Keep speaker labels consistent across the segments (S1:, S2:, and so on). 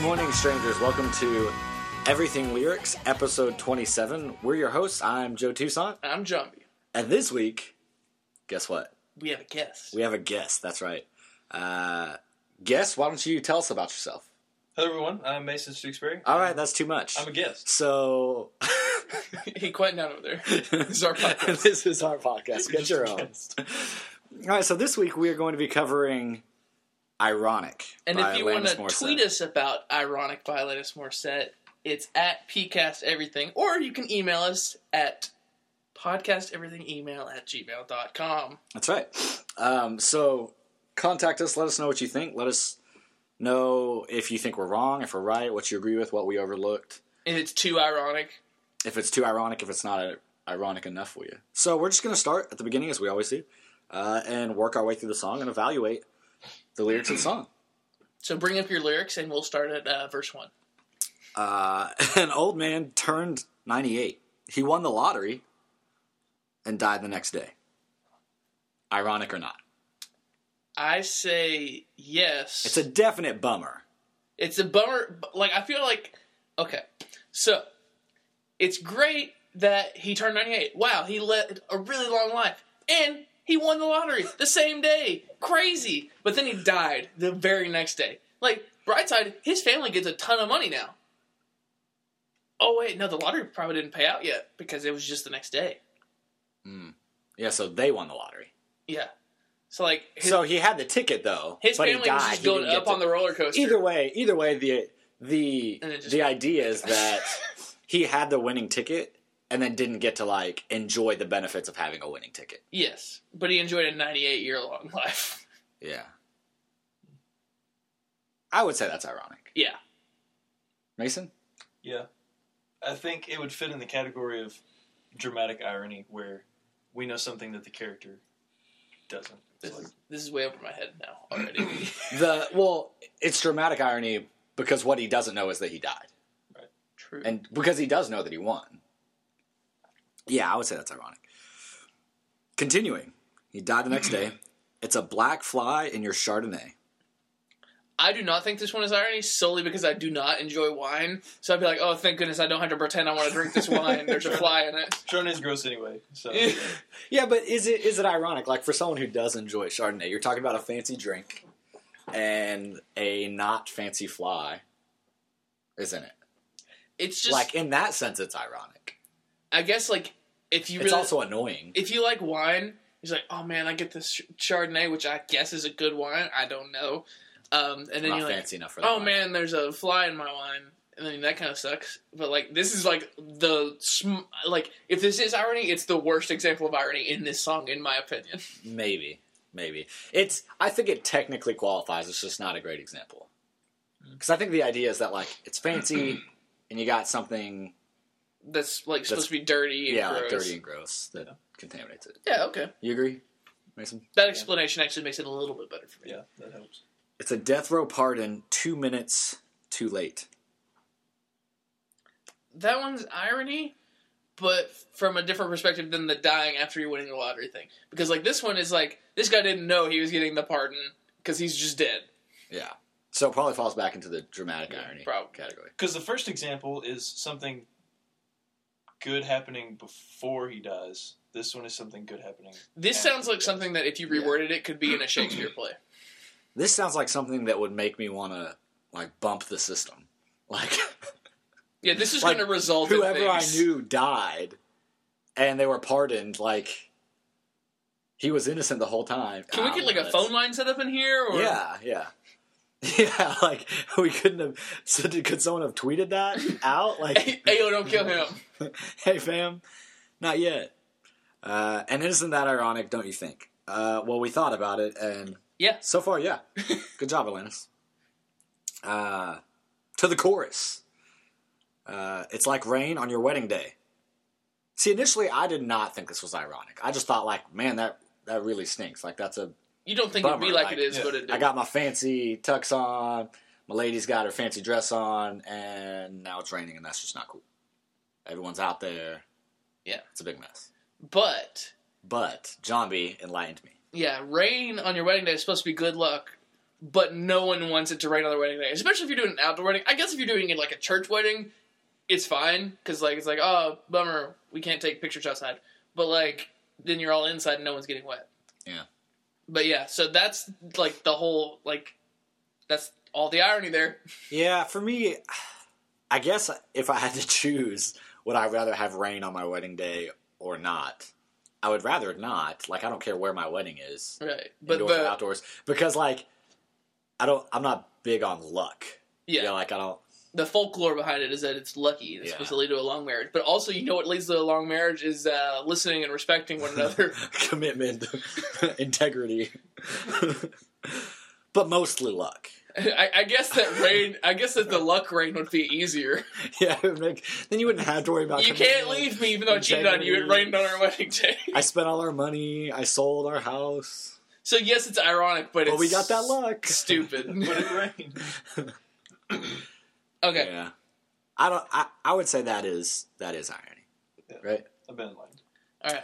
S1: morning, strangers. Welcome to Everything Lyrics, episode 27. We're your hosts. I'm Joe Toussaint.
S2: I'm Jumpy.
S1: And this week, guess what?
S2: We have a guest.
S1: We have a guest. That's right. Uh, guest, why don't you tell us about yourself?
S3: Hello, everyone. I'm Mason Stooksbury.
S1: All right, that's too much.
S3: I'm a guest.
S1: so,
S2: he quite down over there. This is our podcast.
S1: this is our podcast. Get
S3: Just
S1: your
S3: a
S1: own.
S3: guest.
S1: All right, so this week we are going to be covering Ironic.
S2: And
S1: by
S2: if you want
S1: Alanis
S2: to
S1: Morissette.
S2: tweet us about Ironic by Alanis Morissette, it's at PCast Everything, or you can email us at podcasteverythingemail at gmail.com.
S1: That's right. Um, so contact us. Let us know what you think. Let us know if you think we're wrong, if we're right, what you agree with, what we overlooked.
S2: And it's too ironic.
S1: If it's too ironic, if it's not uh, ironic enough for you. So we're just going to start at the beginning, as we always do, uh, and work our way through the song and evaluate the lyrics of the song.
S2: So bring up your lyrics and we'll start at uh, verse one.
S1: Uh, an old man turned 98. He won the lottery and died the next day. Ironic or not.
S2: I say yes.
S1: It's a definite bummer.
S2: It's a bummer. but, Like I feel like okay, so it's great that he turned ninety eight. Wow, he led a really long life, and he won the lottery the same day. Crazy, but then he died the very next day. Like Brightside, his family gets a ton of money now. Oh wait, no, the lottery probably didn't pay out yet because it was just the next day.
S1: Yeah, so they won the lottery.
S2: Yeah, so like his,
S1: so he had the ticket though.
S2: his
S1: but
S2: family
S1: he died.
S2: was just
S1: He
S2: going
S1: didn't get
S2: up
S1: to-
S2: on the roller coaster.
S1: Either way, either way, the the
S2: And it just-
S1: the idea is that he had the winning ticket and then didn't get to like enjoy the benefits of having a winning ticket.
S2: yes, but he enjoyed a ninety eight year long life.
S1: Yeah, I would say that's ironic.
S2: Yeah.
S1: Mason,
S3: Yeah. I think it would fit in the category of dramatic irony where we know something that the character doesn't. It's
S2: This
S3: like,
S2: is, this is way over my head now already.
S1: the well, it's dramatic irony because what he doesn't know is that he died,
S2: True.
S1: and because he does know that he won. Yeah, I would say that's ironic. Continuing, he died the next day. It's a black fly in your Chardonnay.
S2: I do not think this one is irony solely because I do not enjoy wine. So I'd be like, oh, thank goodness I don't have to pretend I want to drink this wine. There's a fly in it.
S3: Chardonnay's gross anyway. So yeah.
S1: Yeah, but is it is it ironic? Like for someone who does enjoy Chardonnay, you're talking about a fancy drink and a not fancy fly, isn't it?
S2: It's just,
S1: like in that sense, it's ironic.
S2: I guess, like, if you
S1: it's
S2: really,
S1: also annoying.
S2: if you like wine, he's like, oh man, I get this Ch- Chardonnay, which I guess is a good wine. I don't know. Um, and then
S1: not
S2: you're like,
S1: fancy enough for that.
S2: oh
S1: one.
S2: man, there's a fly in my wine. And then that kind of sucks. But like, this is like the, sm- like, if this is irony, it's the worst example of irony in this song, in my opinion.
S1: maybe, maybe it's. I think it technically qualifies. It's just not a great example because I think the idea is that like it's fancy and you got something
S2: that's like
S1: That's-
S2: supposed to be dirty and
S1: yeah like
S2: gross.
S1: dirty and gross that contaminates it.
S2: Yeah, okay.
S1: You agree, Mason?
S2: That explanation actually makes it a little bit better for me.
S3: that helps.
S1: It's a death row pardon, two minutes too late.
S2: That one's irony, but from a different perspective than the dying after you winning the lottery thing. Because like this one is like this guy didn't know he was getting the pardon because he's just dead.
S1: Yeah. So it probably falls back into the dramatic irony
S2: probably.
S1: category.
S3: Because the first example is something good happening before he dies. This one is something good happening.
S2: This
S3: after
S2: sounds
S3: he
S2: like
S3: dies.
S2: something that if you
S1: Yeah.
S2: reworded it could be in a Shakespeare play.
S1: This sounds like something that would make me want to like bump the system. Like
S2: Yeah, this is
S1: Like,
S2: going to result in
S1: whoever I
S2: things-
S1: knew died and they were pardoned like he was innocent the whole time.
S2: Can
S1: Ah,
S2: we get like a
S1: that's-
S2: phone line set up in here? Or...
S1: Yeah, yeah. Yeah, like we couldn't have so did, could someone have tweeted that out? Like
S2: Hey, yo, don't kill him.
S1: hey fam, not yet. Uh, and isn't that ironic, don't you think? Uh, well, we thought about it, and
S2: Yeah.
S1: so far, yeah, good job, Alanis. Uh, to the chorus, uh, it's like rain on your wedding day. See, initially, I did not think this was ironic. I just thought, like, man, that that really stinks. Like, that's a
S2: You don't think it'd be
S1: Bummer,
S2: like,
S1: like,
S2: it is,
S3: yeah.
S2: but it
S1: I got my fancy tux on. My lady's got her fancy dress on, and now it's raining, and that's just not cool. Everyone's out there.
S2: Yeah.
S1: it's a big mess.
S2: But
S1: But John B enlightened me.
S2: Yeah, rain on your wedding day is supposed to be good luck, but no one wants it to rain on their wedding day, especially if you're doing an outdoor wedding. I guess if you're doing it like a church wedding, it's fine because like it's like oh bummer we can't take pictures outside, but like then you're all inside and no one's getting wet.
S1: Yeah.
S2: But yeah, so that's like the whole like that's all the irony there.
S1: Yeah, for me, I guess if I had to choose, would I rather have rain on my wedding day or not? I would rather not. Like, I don't care where my wedding is,
S2: Right. But
S1: indoors or
S2: but
S1: outdoors, because like, I don't. I'm not big on luck.
S2: yeah,
S1: You know, like I don't.
S2: the folklore behind it is that it's lucky. It's
S1: Yeah.
S2: supposed to lead to a long marriage. But also, you know what leads to a long marriage is uh, listening and respecting one another.
S1: commitment, integrity, but mostly luck.
S2: I, I guess that rain. I guess that the luck rain would be easier.
S1: Yeah, it would make- then you wouldn't have to worry about.
S2: you can't
S1: commitment.
S2: leave me, even though I cheated on you. It rained on our wedding day.
S1: I spent all our money. I sold our house,
S2: So yes, it's ironic, but
S1: but
S2: it's
S1: we got that luck.
S2: Stupid.
S3: But it rained.
S2: okay.
S1: Yeah, I don't. I, I would say that is that is irony,
S3: Yeah.
S1: right?
S3: I've been in line.
S2: All right.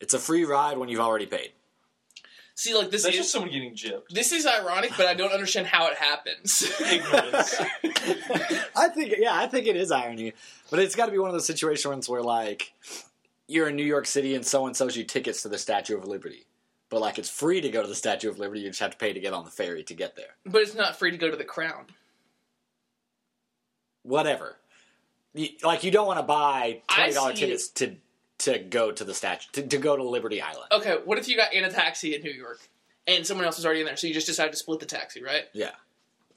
S1: It's a free ride when you've already paid.
S2: See, like this
S3: That's
S2: is
S3: just someone getting gypped.
S2: this is ironic, but I don't understand how it happens.
S3: Ignorance.
S1: I think yeah, I think it is irony, but it's got to be one of those situations where like you're in New York City and someone sells you tickets to the Statue of Liberty, but like it's free to go to the Statue of Liberty. You just have to pay to get on the ferry to get there.
S2: but it's not free to go to the crown.
S1: Whatever. You, like you don't want to buy
S2: I
S1: twenty dollar
S2: see it.
S1: tickets to to go to the statue to, to go to Liberty Island.
S2: Okay, what if you got in a taxi in New York and someone else was already in there, so you just decided to split the taxi, right?
S1: Yeah.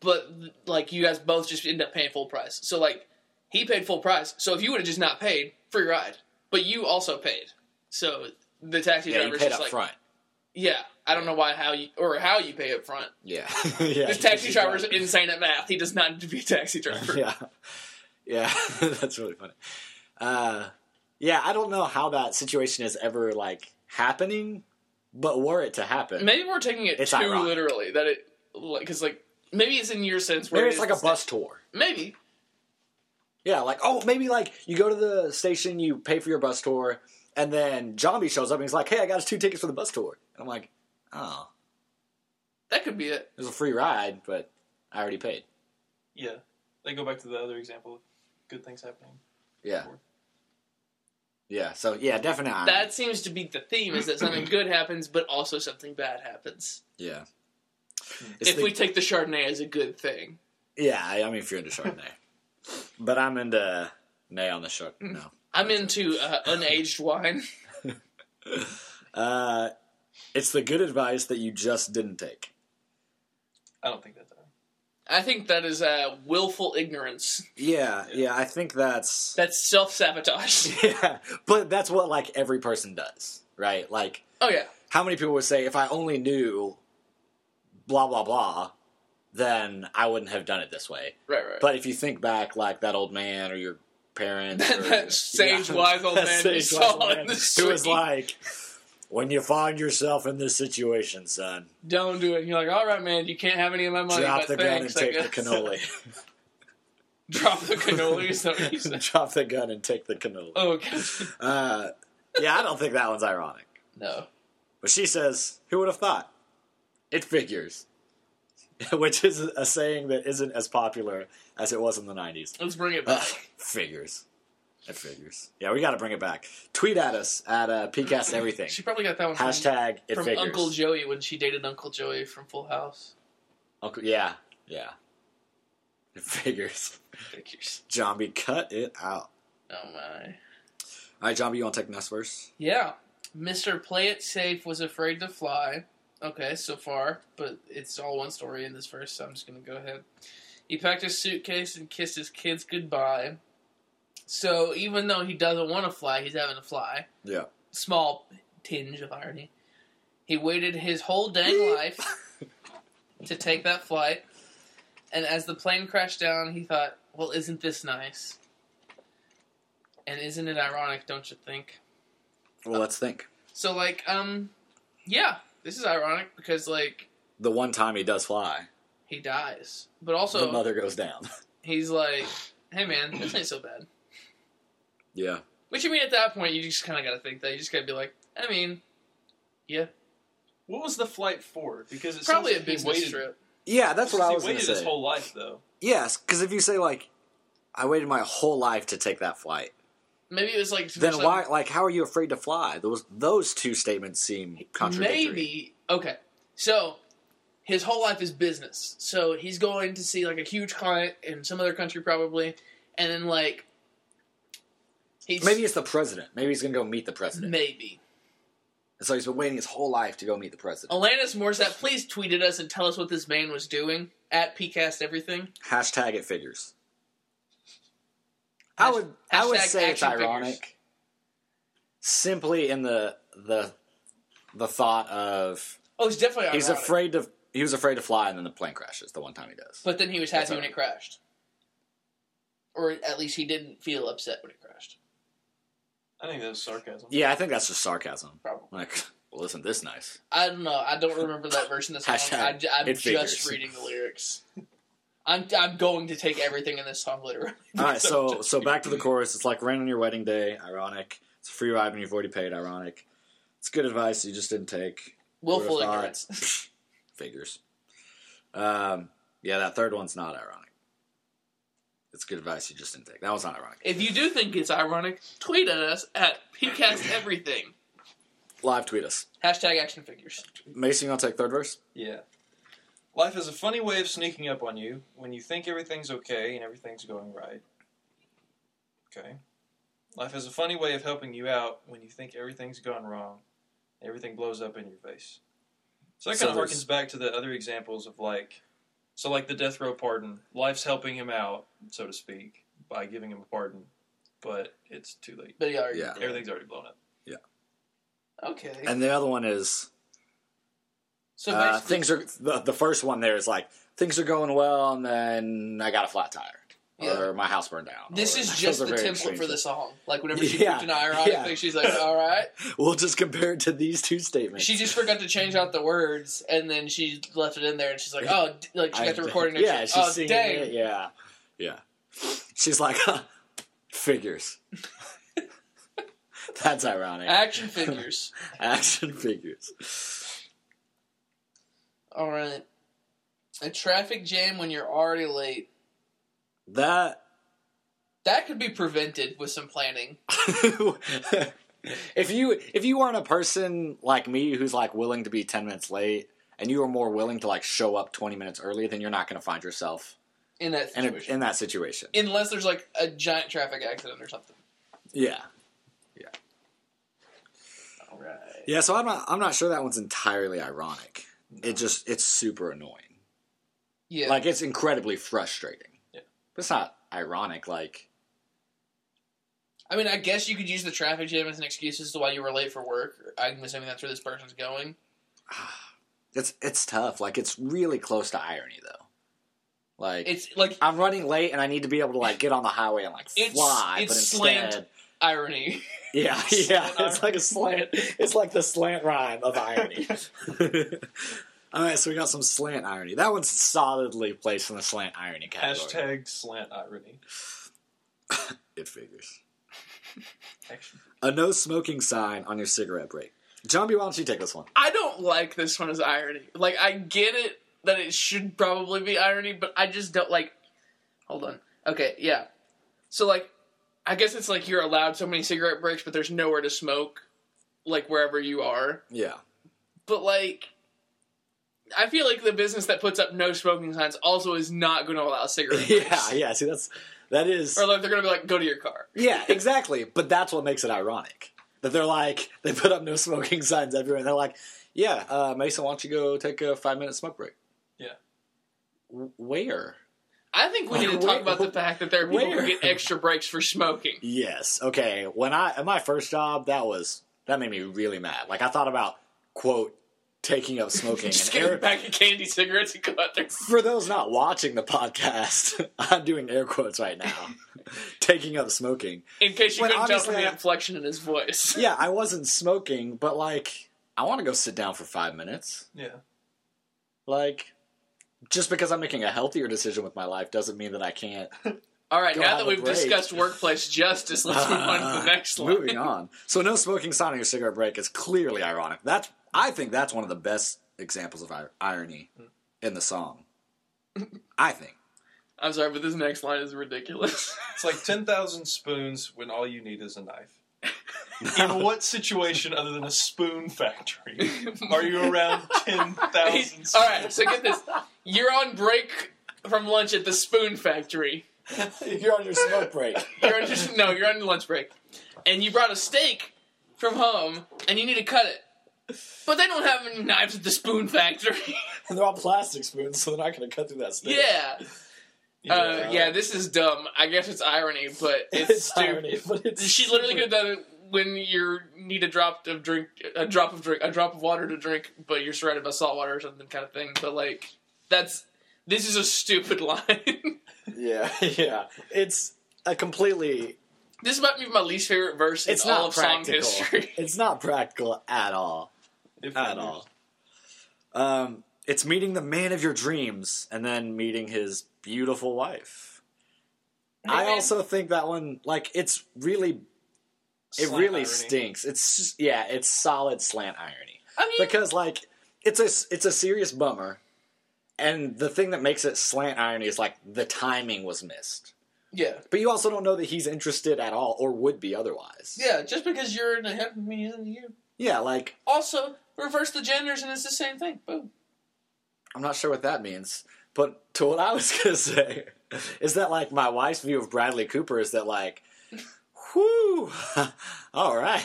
S2: But like you guys both just end up paying full price. So like he paid full price. So if you would have just not paid, free ride. But you also paid. So the taxi
S1: Yeah, you
S2: driver's
S1: paid
S2: just
S1: up
S2: like,
S1: front.
S2: yeah, I don't know why how you or how you pay up front.
S1: Yeah, yeah.
S2: This taxi driver's insane at math. He does not need to be a taxi driver.
S1: yeah, yeah. That's really funny. Uh, yeah, I don't know how that situation is ever like happening, but were it to happen, maybe,
S2: Maybe we're taking it
S1: It's
S2: too
S1: ironic.
S2: literally that it like because like maybe it's in your sense where it
S1: it's
S2: is
S1: like a
S2: the
S1: bus
S2: same-
S1: tour.
S2: Maybe
S1: Yeah, like oh, maybe like you go to the station, you pay for your bus tour, and then Zombie shows up and he's like, "Hey, I got us two tickets for the bus tour," and I'm like, "Oh,
S2: that could be it.
S1: it was a free ride, but I already paid."
S3: yeah. They go back to the other example of good things happening.
S1: Yeah, yeah. So yeah, definitely.
S2: that seems to be the theme is that something good happens but also something bad happens
S1: yeah.
S2: if we take the chardonnay as a good thing
S1: Yeah, I I mean, if you're into Chardonnay. but I'm into Nay on the short. No.
S2: i'm into uh, unaged wine
S1: Uh, it's the good advice that you just didn't take.
S3: I don't think that's
S2: i think that is uh, willful ignorance
S1: Yeah, yeah, I think that's.
S2: that's self-sabotage
S1: Yeah, but that's what, like, every person does, right? Like,
S2: oh yeah
S1: how many people would say, if I only knew blah, blah, blah, then I wouldn't have done it this way?
S2: right right
S1: But if you think back, like, that old man or your parents, or,
S2: That sage-wise old
S1: that
S2: man you
S1: sage-wise
S2: saw
S1: old
S2: on
S1: man
S2: the
S1: who was
S2: street.
S1: like, "When you find yourself in this situation, son,
S2: don't do it and you're like all right man you can't have any of my money
S1: drop
S2: but
S1: the gun and
S2: thanks,
S1: take
S2: I
S1: the
S2: guess.
S1: cannoli.
S2: drop the cannoli is that what you said?
S1: drop the gun and take the cannoli."
S2: oh god
S1: Uh, yeah, I don't think that one's ironic.
S2: no
S1: But she says, "Who would have thought?" It figures, which is a saying that isn't as popular as it was in the '90s.
S2: let's bring it
S1: Uh,
S2: back
S1: figures. It figures. Yeah, we got to bring it back. Tweet at us at uh, PCast Everything.
S2: she probably got that one from-
S1: Hashtag it
S2: from,
S1: figures.
S2: uncle joey when she dated uncle joey from full house
S1: Uncle, yeah, yeah. It figures.
S2: figures
S1: Zombie, cut it out.
S2: oh my
S1: All right, Zombie, you want to take the next verse?
S2: Yeah. Mr. Play It Safe was afraid to fly. Okay, so far, but it's all one story in this verse, so I'm just going to go ahead. He packed his suitcase and kissed his kids goodbye. So even though he doesn't want to fly, he's having to fly.
S1: Yeah.
S2: Small tinge of irony. He waited his whole dang life to take that flight. And as the plane crashed down, he thought, well, isn't this nice? And isn't it ironic, don't you think?
S1: Well, let's think.
S2: So like, um, yeah, this is ironic because like
S1: The one time he does fly,
S2: he dies, but
S1: the
S2: also
S1: mother goes down.
S2: he's like, hey man, this ain't so bad.
S1: yeah.
S2: Which I mean, at that point, you just kind of got to think that you just got to be like, I mean,
S3: What was the flight for? Because it
S2: probably a
S3: seems like he
S2: business
S3: waited
S2: trip.
S1: Yeah, that's what I
S3: he
S1: was going to
S3: waited his
S1: say.
S3: whole life though.
S1: yes, because if you say like, I waited my whole life to take that flight,
S2: Maybe it was like
S1: then
S2: some-
S1: why? Like, how are you afraid to fly? Those those two statements seem contradictory.
S2: Maybe okay. So his whole life is business. So he's going to see like a huge client in some other country probably, and then like he's
S1: Maybe it's the president. Maybe he's going to go meet the president.
S2: maybe
S1: And so he's been waiting his whole life to go meet the president.
S2: Alanis Morissette. Please tweet at us and tell us what this man was doing at PCast everything.
S1: Hashtag it figures. I would I would
S2: Hashtag
S1: say it's
S2: action figures.
S1: ironic. Simply in the the the thought of
S2: Oh, he's definitely
S1: he's
S2: ironic.
S1: afraid to he was afraid to fly and then the plane crashes the one time he does.
S2: But then he was
S1: That's
S2: happy when
S1: ironic.
S2: it crashed, or at least he didn't feel upset when it crashed.
S3: I think that was sarcasm.
S1: Yeah, I think that's just sarcasm.
S2: Probably.
S1: Like, well, isn't this nice?
S2: I don't know. I don't remember that verse in the song.
S1: Hashtag
S2: I, am
S1: it
S2: just
S1: figures.
S2: reading the lyrics. I'm I'm going to take everything in this song literally.
S1: All right, so so back to the chorus. It's like rain on your wedding day. Ironic. It's a free ride when you've already paid. Ironic. It's good advice you just didn't take.
S2: willful
S1: Would've thought.
S2: ignorance.
S1: Figures. Um, yeah, that third one's not ironic. It's good advice you just didn't take. That was not ironic.
S2: If you do think it's ironic, tweet at us at PCast everything.
S1: Live tweet us.
S2: Hashtag action figures.
S1: Mason, you want to take third verse?
S3: Yeah. Life is a funny way of sneaking up on you when you think everything's okay and everything's going right. Okay. Life is a funny way of helping you out when you think everything's gone wrong. Everything blows up in your face. So that
S1: So
S3: kind of
S1: there's-
S3: harkens back to the other examples of like, so like the death row pardon. Life's helping him out, so to speak, by giving him a pardon, but it's too late.
S2: But yeah, already
S1: Yeah.
S2: did.
S3: Everything's already blown up.
S2: Okay.
S1: And the other one is
S2: so
S1: uh,
S2: basically,
S1: things are the, the first one there is like things are going well, and then I got a flat tire,
S2: Yeah.
S1: or my house burned down.
S2: this
S1: or-
S2: is
S1: those
S2: just
S1: are
S2: the
S1: very
S2: template
S1: extreme
S2: for
S1: things.
S2: the song. Like whenever she
S1: Yeah,
S2: yeah, an ironic
S1: yeah.
S2: thing, she's like, "All right."
S1: We'll just compare it to these two statements.
S2: She just forgot to change out the words, and then she left it in there, and she's like, "Oh, d- like she
S1: I-
S2: got the recording." And
S1: Yeah,
S2: she,
S1: she's
S2: oh,
S1: singing
S2: dang.
S1: it. Yeah, yeah. She's like, huh, figures. That's ironic.
S2: Action figures.
S1: Action figures.
S2: All right. A traffic jam when you're already late.
S1: That.
S2: That could be prevented with some planning.
S1: if you if you weren't a person like me who's like willing to be ten minutes late, and you were more willing to like show up twenty minutes early, then you're not going to find yourself
S2: in that
S1: in, a,
S2: situation.
S1: in that situation.
S2: Unless there's like a giant traffic accident or something.
S1: Yeah,
S2: All right.
S1: yeah. So I'm not I'm not sure that one's entirely ironic. It just it's super annoying.
S2: Yeah.
S1: Like it's incredibly frustrating.
S3: Yeah.
S1: But it's not ironic. Like
S2: I mean, I guess you could use the traffic jam as an excuse as to why you were late for work. I'm assuming that's where this person's going.
S1: it's it's tough. Like it's really close to irony though. Like
S2: It's like
S1: I'm running late and I need to be able to like get on the highway and like
S2: It's-
S1: fly,
S2: it's
S1: but instead,
S2: slant. irony.
S1: yeah,
S3: Slant
S1: yeah, it's
S3: irony.
S1: like a slant. It's like the slant rhyme of irony. All right, so we got some slant irony. That one's solidly placed in the slant irony category.
S3: Hashtag slant irony.
S1: It figures.
S3: Action.
S1: A no smoking sign on your cigarette break. John B. Why don't you take this one?
S2: I don't like this one as irony. Like, I get it that it should probably be irony, but I just don't like. Hold on. Okay, yeah. So, like, I guess it's like you're allowed so many cigarette breaks, but there's nowhere to smoke, like, wherever you are.
S1: Yeah,
S2: but like I feel like the business that puts up no smoking signs also is not going to allow cigarette
S1: yeah,
S2: breaks.
S1: yeah. See, that's that is
S2: Or like they're going to be like, go to your car.
S1: Yeah, exactly. But that's what makes it ironic. That they're like, they put up no smoking signs everywhere, and they're like, yeah, uh, Mason, why don't you go take a five minute smoke break?
S3: Yeah.
S1: W- where?
S2: I think we need to
S1: Where-
S2: talk about the fact that there are people
S1: where?
S2: who get extra breaks for smoking.
S1: Yes. Okay. When I, at my first job, that was, that made me really mad. Like, I thought about, quote, taking up smoking.
S2: Just
S1: and
S2: get a
S1: air,
S2: pack of candy cigarettes and go out there.
S1: for those not watching the podcast, I'm doing air quotes right now, taking up smoking.
S2: In case you
S1: When
S2: couldn't tell from
S1: obviously
S2: the
S1: I-
S2: inflection in his voice.
S1: Yeah, I wasn't smoking, but like, I want to go sit down for five minutes.
S3: Yeah.
S1: Like, just because I'm making a healthier decision with my life doesn't mean that I can't.
S2: All right,
S1: Go
S2: now
S1: have
S2: that
S1: a
S2: we've
S1: break.
S2: discussed workplace justice, let's move on to the next one.
S1: Moving on. So, no smoking sign on your cigarette break is clearly ironic. That's I think that's one of the best examples of ir- irony in the song. I think.
S2: I'm sorry, but this next line is ridiculous.
S3: It's like 10,000 spoons when all you need is a knife. In what situation other than a spoon factory are you around 10,000 spoons?
S2: All right, so get this. You're on break from lunch at the spoon factory.
S1: You're on your smoke break.
S2: You're on just, no, you're on lunch break, and you brought a steak from home, and you need to cut it. But they don't have any knives at the spoon factory.
S1: And they're all plastic spoons, so they're not going to cut through that steak.
S2: yeah, uh, yeah. This is dumb. I guess it's irony, but it's,
S1: It's
S2: stupid.
S1: irony, but it's
S2: She literally could have done it when you need a drop of drink, a drop of drink, a drop of water to drink, but you're surrounded by salt water or something kind of thing. But like, that's this is a stupid line.
S1: yeah, yeah. It's a completely.
S2: this might be my least favorite verse
S1: It's
S2: in all
S1: not
S2: of
S1: practical.
S2: song history.
S1: It's not practical at all.
S3: If
S1: At
S3: you-
S1: all. Um, it's meeting the man of your dreams and then meeting his beautiful wife. I
S2: man.
S1: also think that one, like, it's really, it
S3: Slight
S1: really
S3: irony.
S1: stinks. It's just- yeah, it's solid slant irony.
S2: I mean,
S1: because like it's a it's a serious bummer, and the thing that makes it slant irony is like the timing was missed.
S2: yeah,
S1: But you also don't know that he's interested at all, or would be otherwise.
S2: yeah. Just because you're in a heaven me isn't you.
S1: Yeah, like
S2: Also, reverse the genders and it's the same thing. Boom.
S1: I'm not sure what that means. But to what I was gonna say is that like my wife's view of Bradley Cooper is that like, whoo, all right,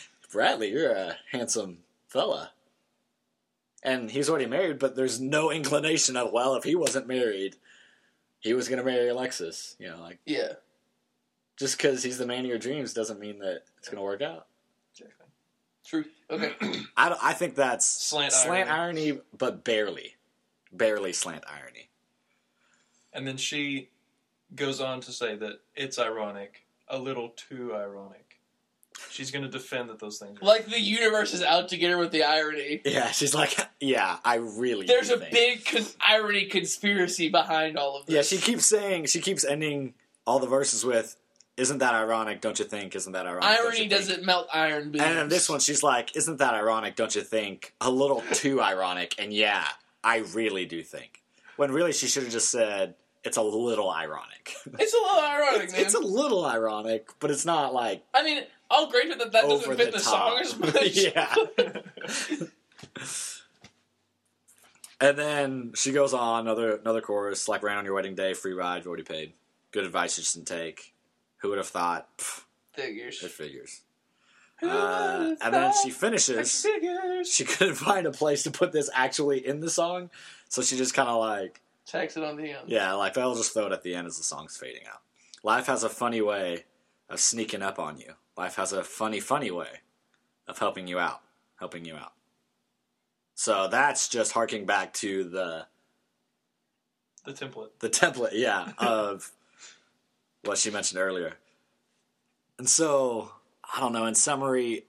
S1: Bradley, you're a handsome fella, and he's already married. But there's no inclination of well, if he wasn't married, he was gonna marry Alexis. You know, like
S2: Yeah.
S1: just because he's the man of your dreams doesn't mean that it's gonna work out.
S3: Exactly.
S2: Truth. Okay.
S1: I don't- I think that's
S3: Slant
S1: irony. but barely, barely slant irony.
S3: And then she goes on to say that it's ironic, a little too ironic. She's going to defend that those things are.
S2: like the universe is out to get her with the irony.
S1: Yeah, she's like, yeah, I really.
S2: There's
S1: do
S2: a
S1: think.
S2: big cons- irony conspiracy behind all of this.
S1: Yeah, she keeps saying she keeps ending all the verses with, "Isn't that ironic? Don't you think? Isn't that ironic?" don't
S2: Irony
S1: you think?"
S2: doesn't melt iron beams.
S1: And in this one, she's like, "Isn't that ironic? Don't you think? A little too ironic." And yeah, I really do think. When really she should have just said, "It's a little ironic."
S2: It's a little ironic, man.
S1: it's a little ironic, but it's not like
S2: I mean, I'll grant it that that
S1: over
S2: doesn't fit
S1: the,
S2: the,
S1: top.
S2: song as much.
S1: yeah. and then she goes on another another chorus like "Rain on Your Wedding Day," "Free Ride," "You've Already Paid." Good advice you shouldn't take. Who would have thought? Pfft,
S2: Figures.
S1: it figures.
S2: Who
S1: Uh,
S2: would've
S1: and then she
S2: thought?
S1: finishes.
S2: Figures.
S1: She couldn't find a place to put this actually in the song, so she just kind of like
S2: Text it on the end.
S1: yeah, like they'll just throw it at the end as the song's fading out. Life has a funny way of sneaking up on you. Life has a funny, funny way of helping you out, helping you out. So that's just harking back to the
S3: The template.
S1: the template, yeah, of what she mentioned earlier. And so I don't know. In summary,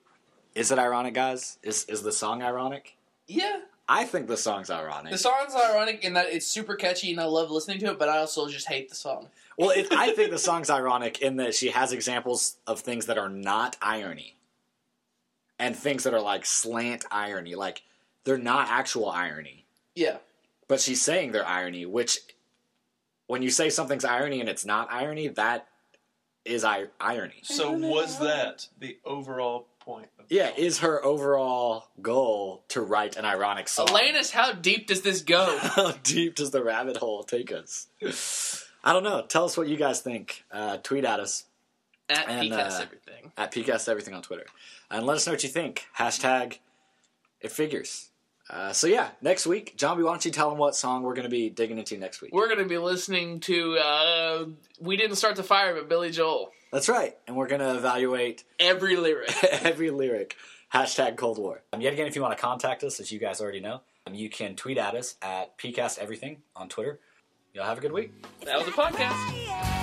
S1: is it ironic, guys? Is is the song ironic?
S2: Yeah.
S1: I think the song's ironic.
S2: The song's ironic in that it's super catchy and I love listening to it, but I also just hate the song.
S1: Well, it, I think the song's ironic in that she has examples of things that are not irony and things that are like slant irony. Like, they're not actual irony,
S2: Yeah.
S1: but she's saying they're irony, which when you say something's irony and it's not irony, that is I- irony.
S3: So was that the overall point? Of the
S1: Yeah,
S3: song?
S1: is her overall goal to write an ironic song?
S2: Alanis, how deep does this go?
S1: How deep does the rabbit hole take us? I don't know. Tell us what you guys think. Uh, tweet at us.
S2: At
S1: And,
S2: PCAST
S1: uh,
S2: everything.
S1: at PCast Everything on Twitter. And let us know what you think. Hashtag it figures. Uh, so yeah, next week, John B, why don't you tell them what song we're going to be digging into next week?
S2: We're going to be listening to uh, We Didn't Start the Fire, but Billy Joel.
S1: That's right, and we're going to evaluate
S2: Every lyric.
S1: every lyric. Hashtag Cold War. Um, yet again, if you want to contact us, as you guys already know, um, you can tweet at us at PCast Everything on Twitter. Y'all have a good week.
S2: That was a podcast.
S4: Yeah.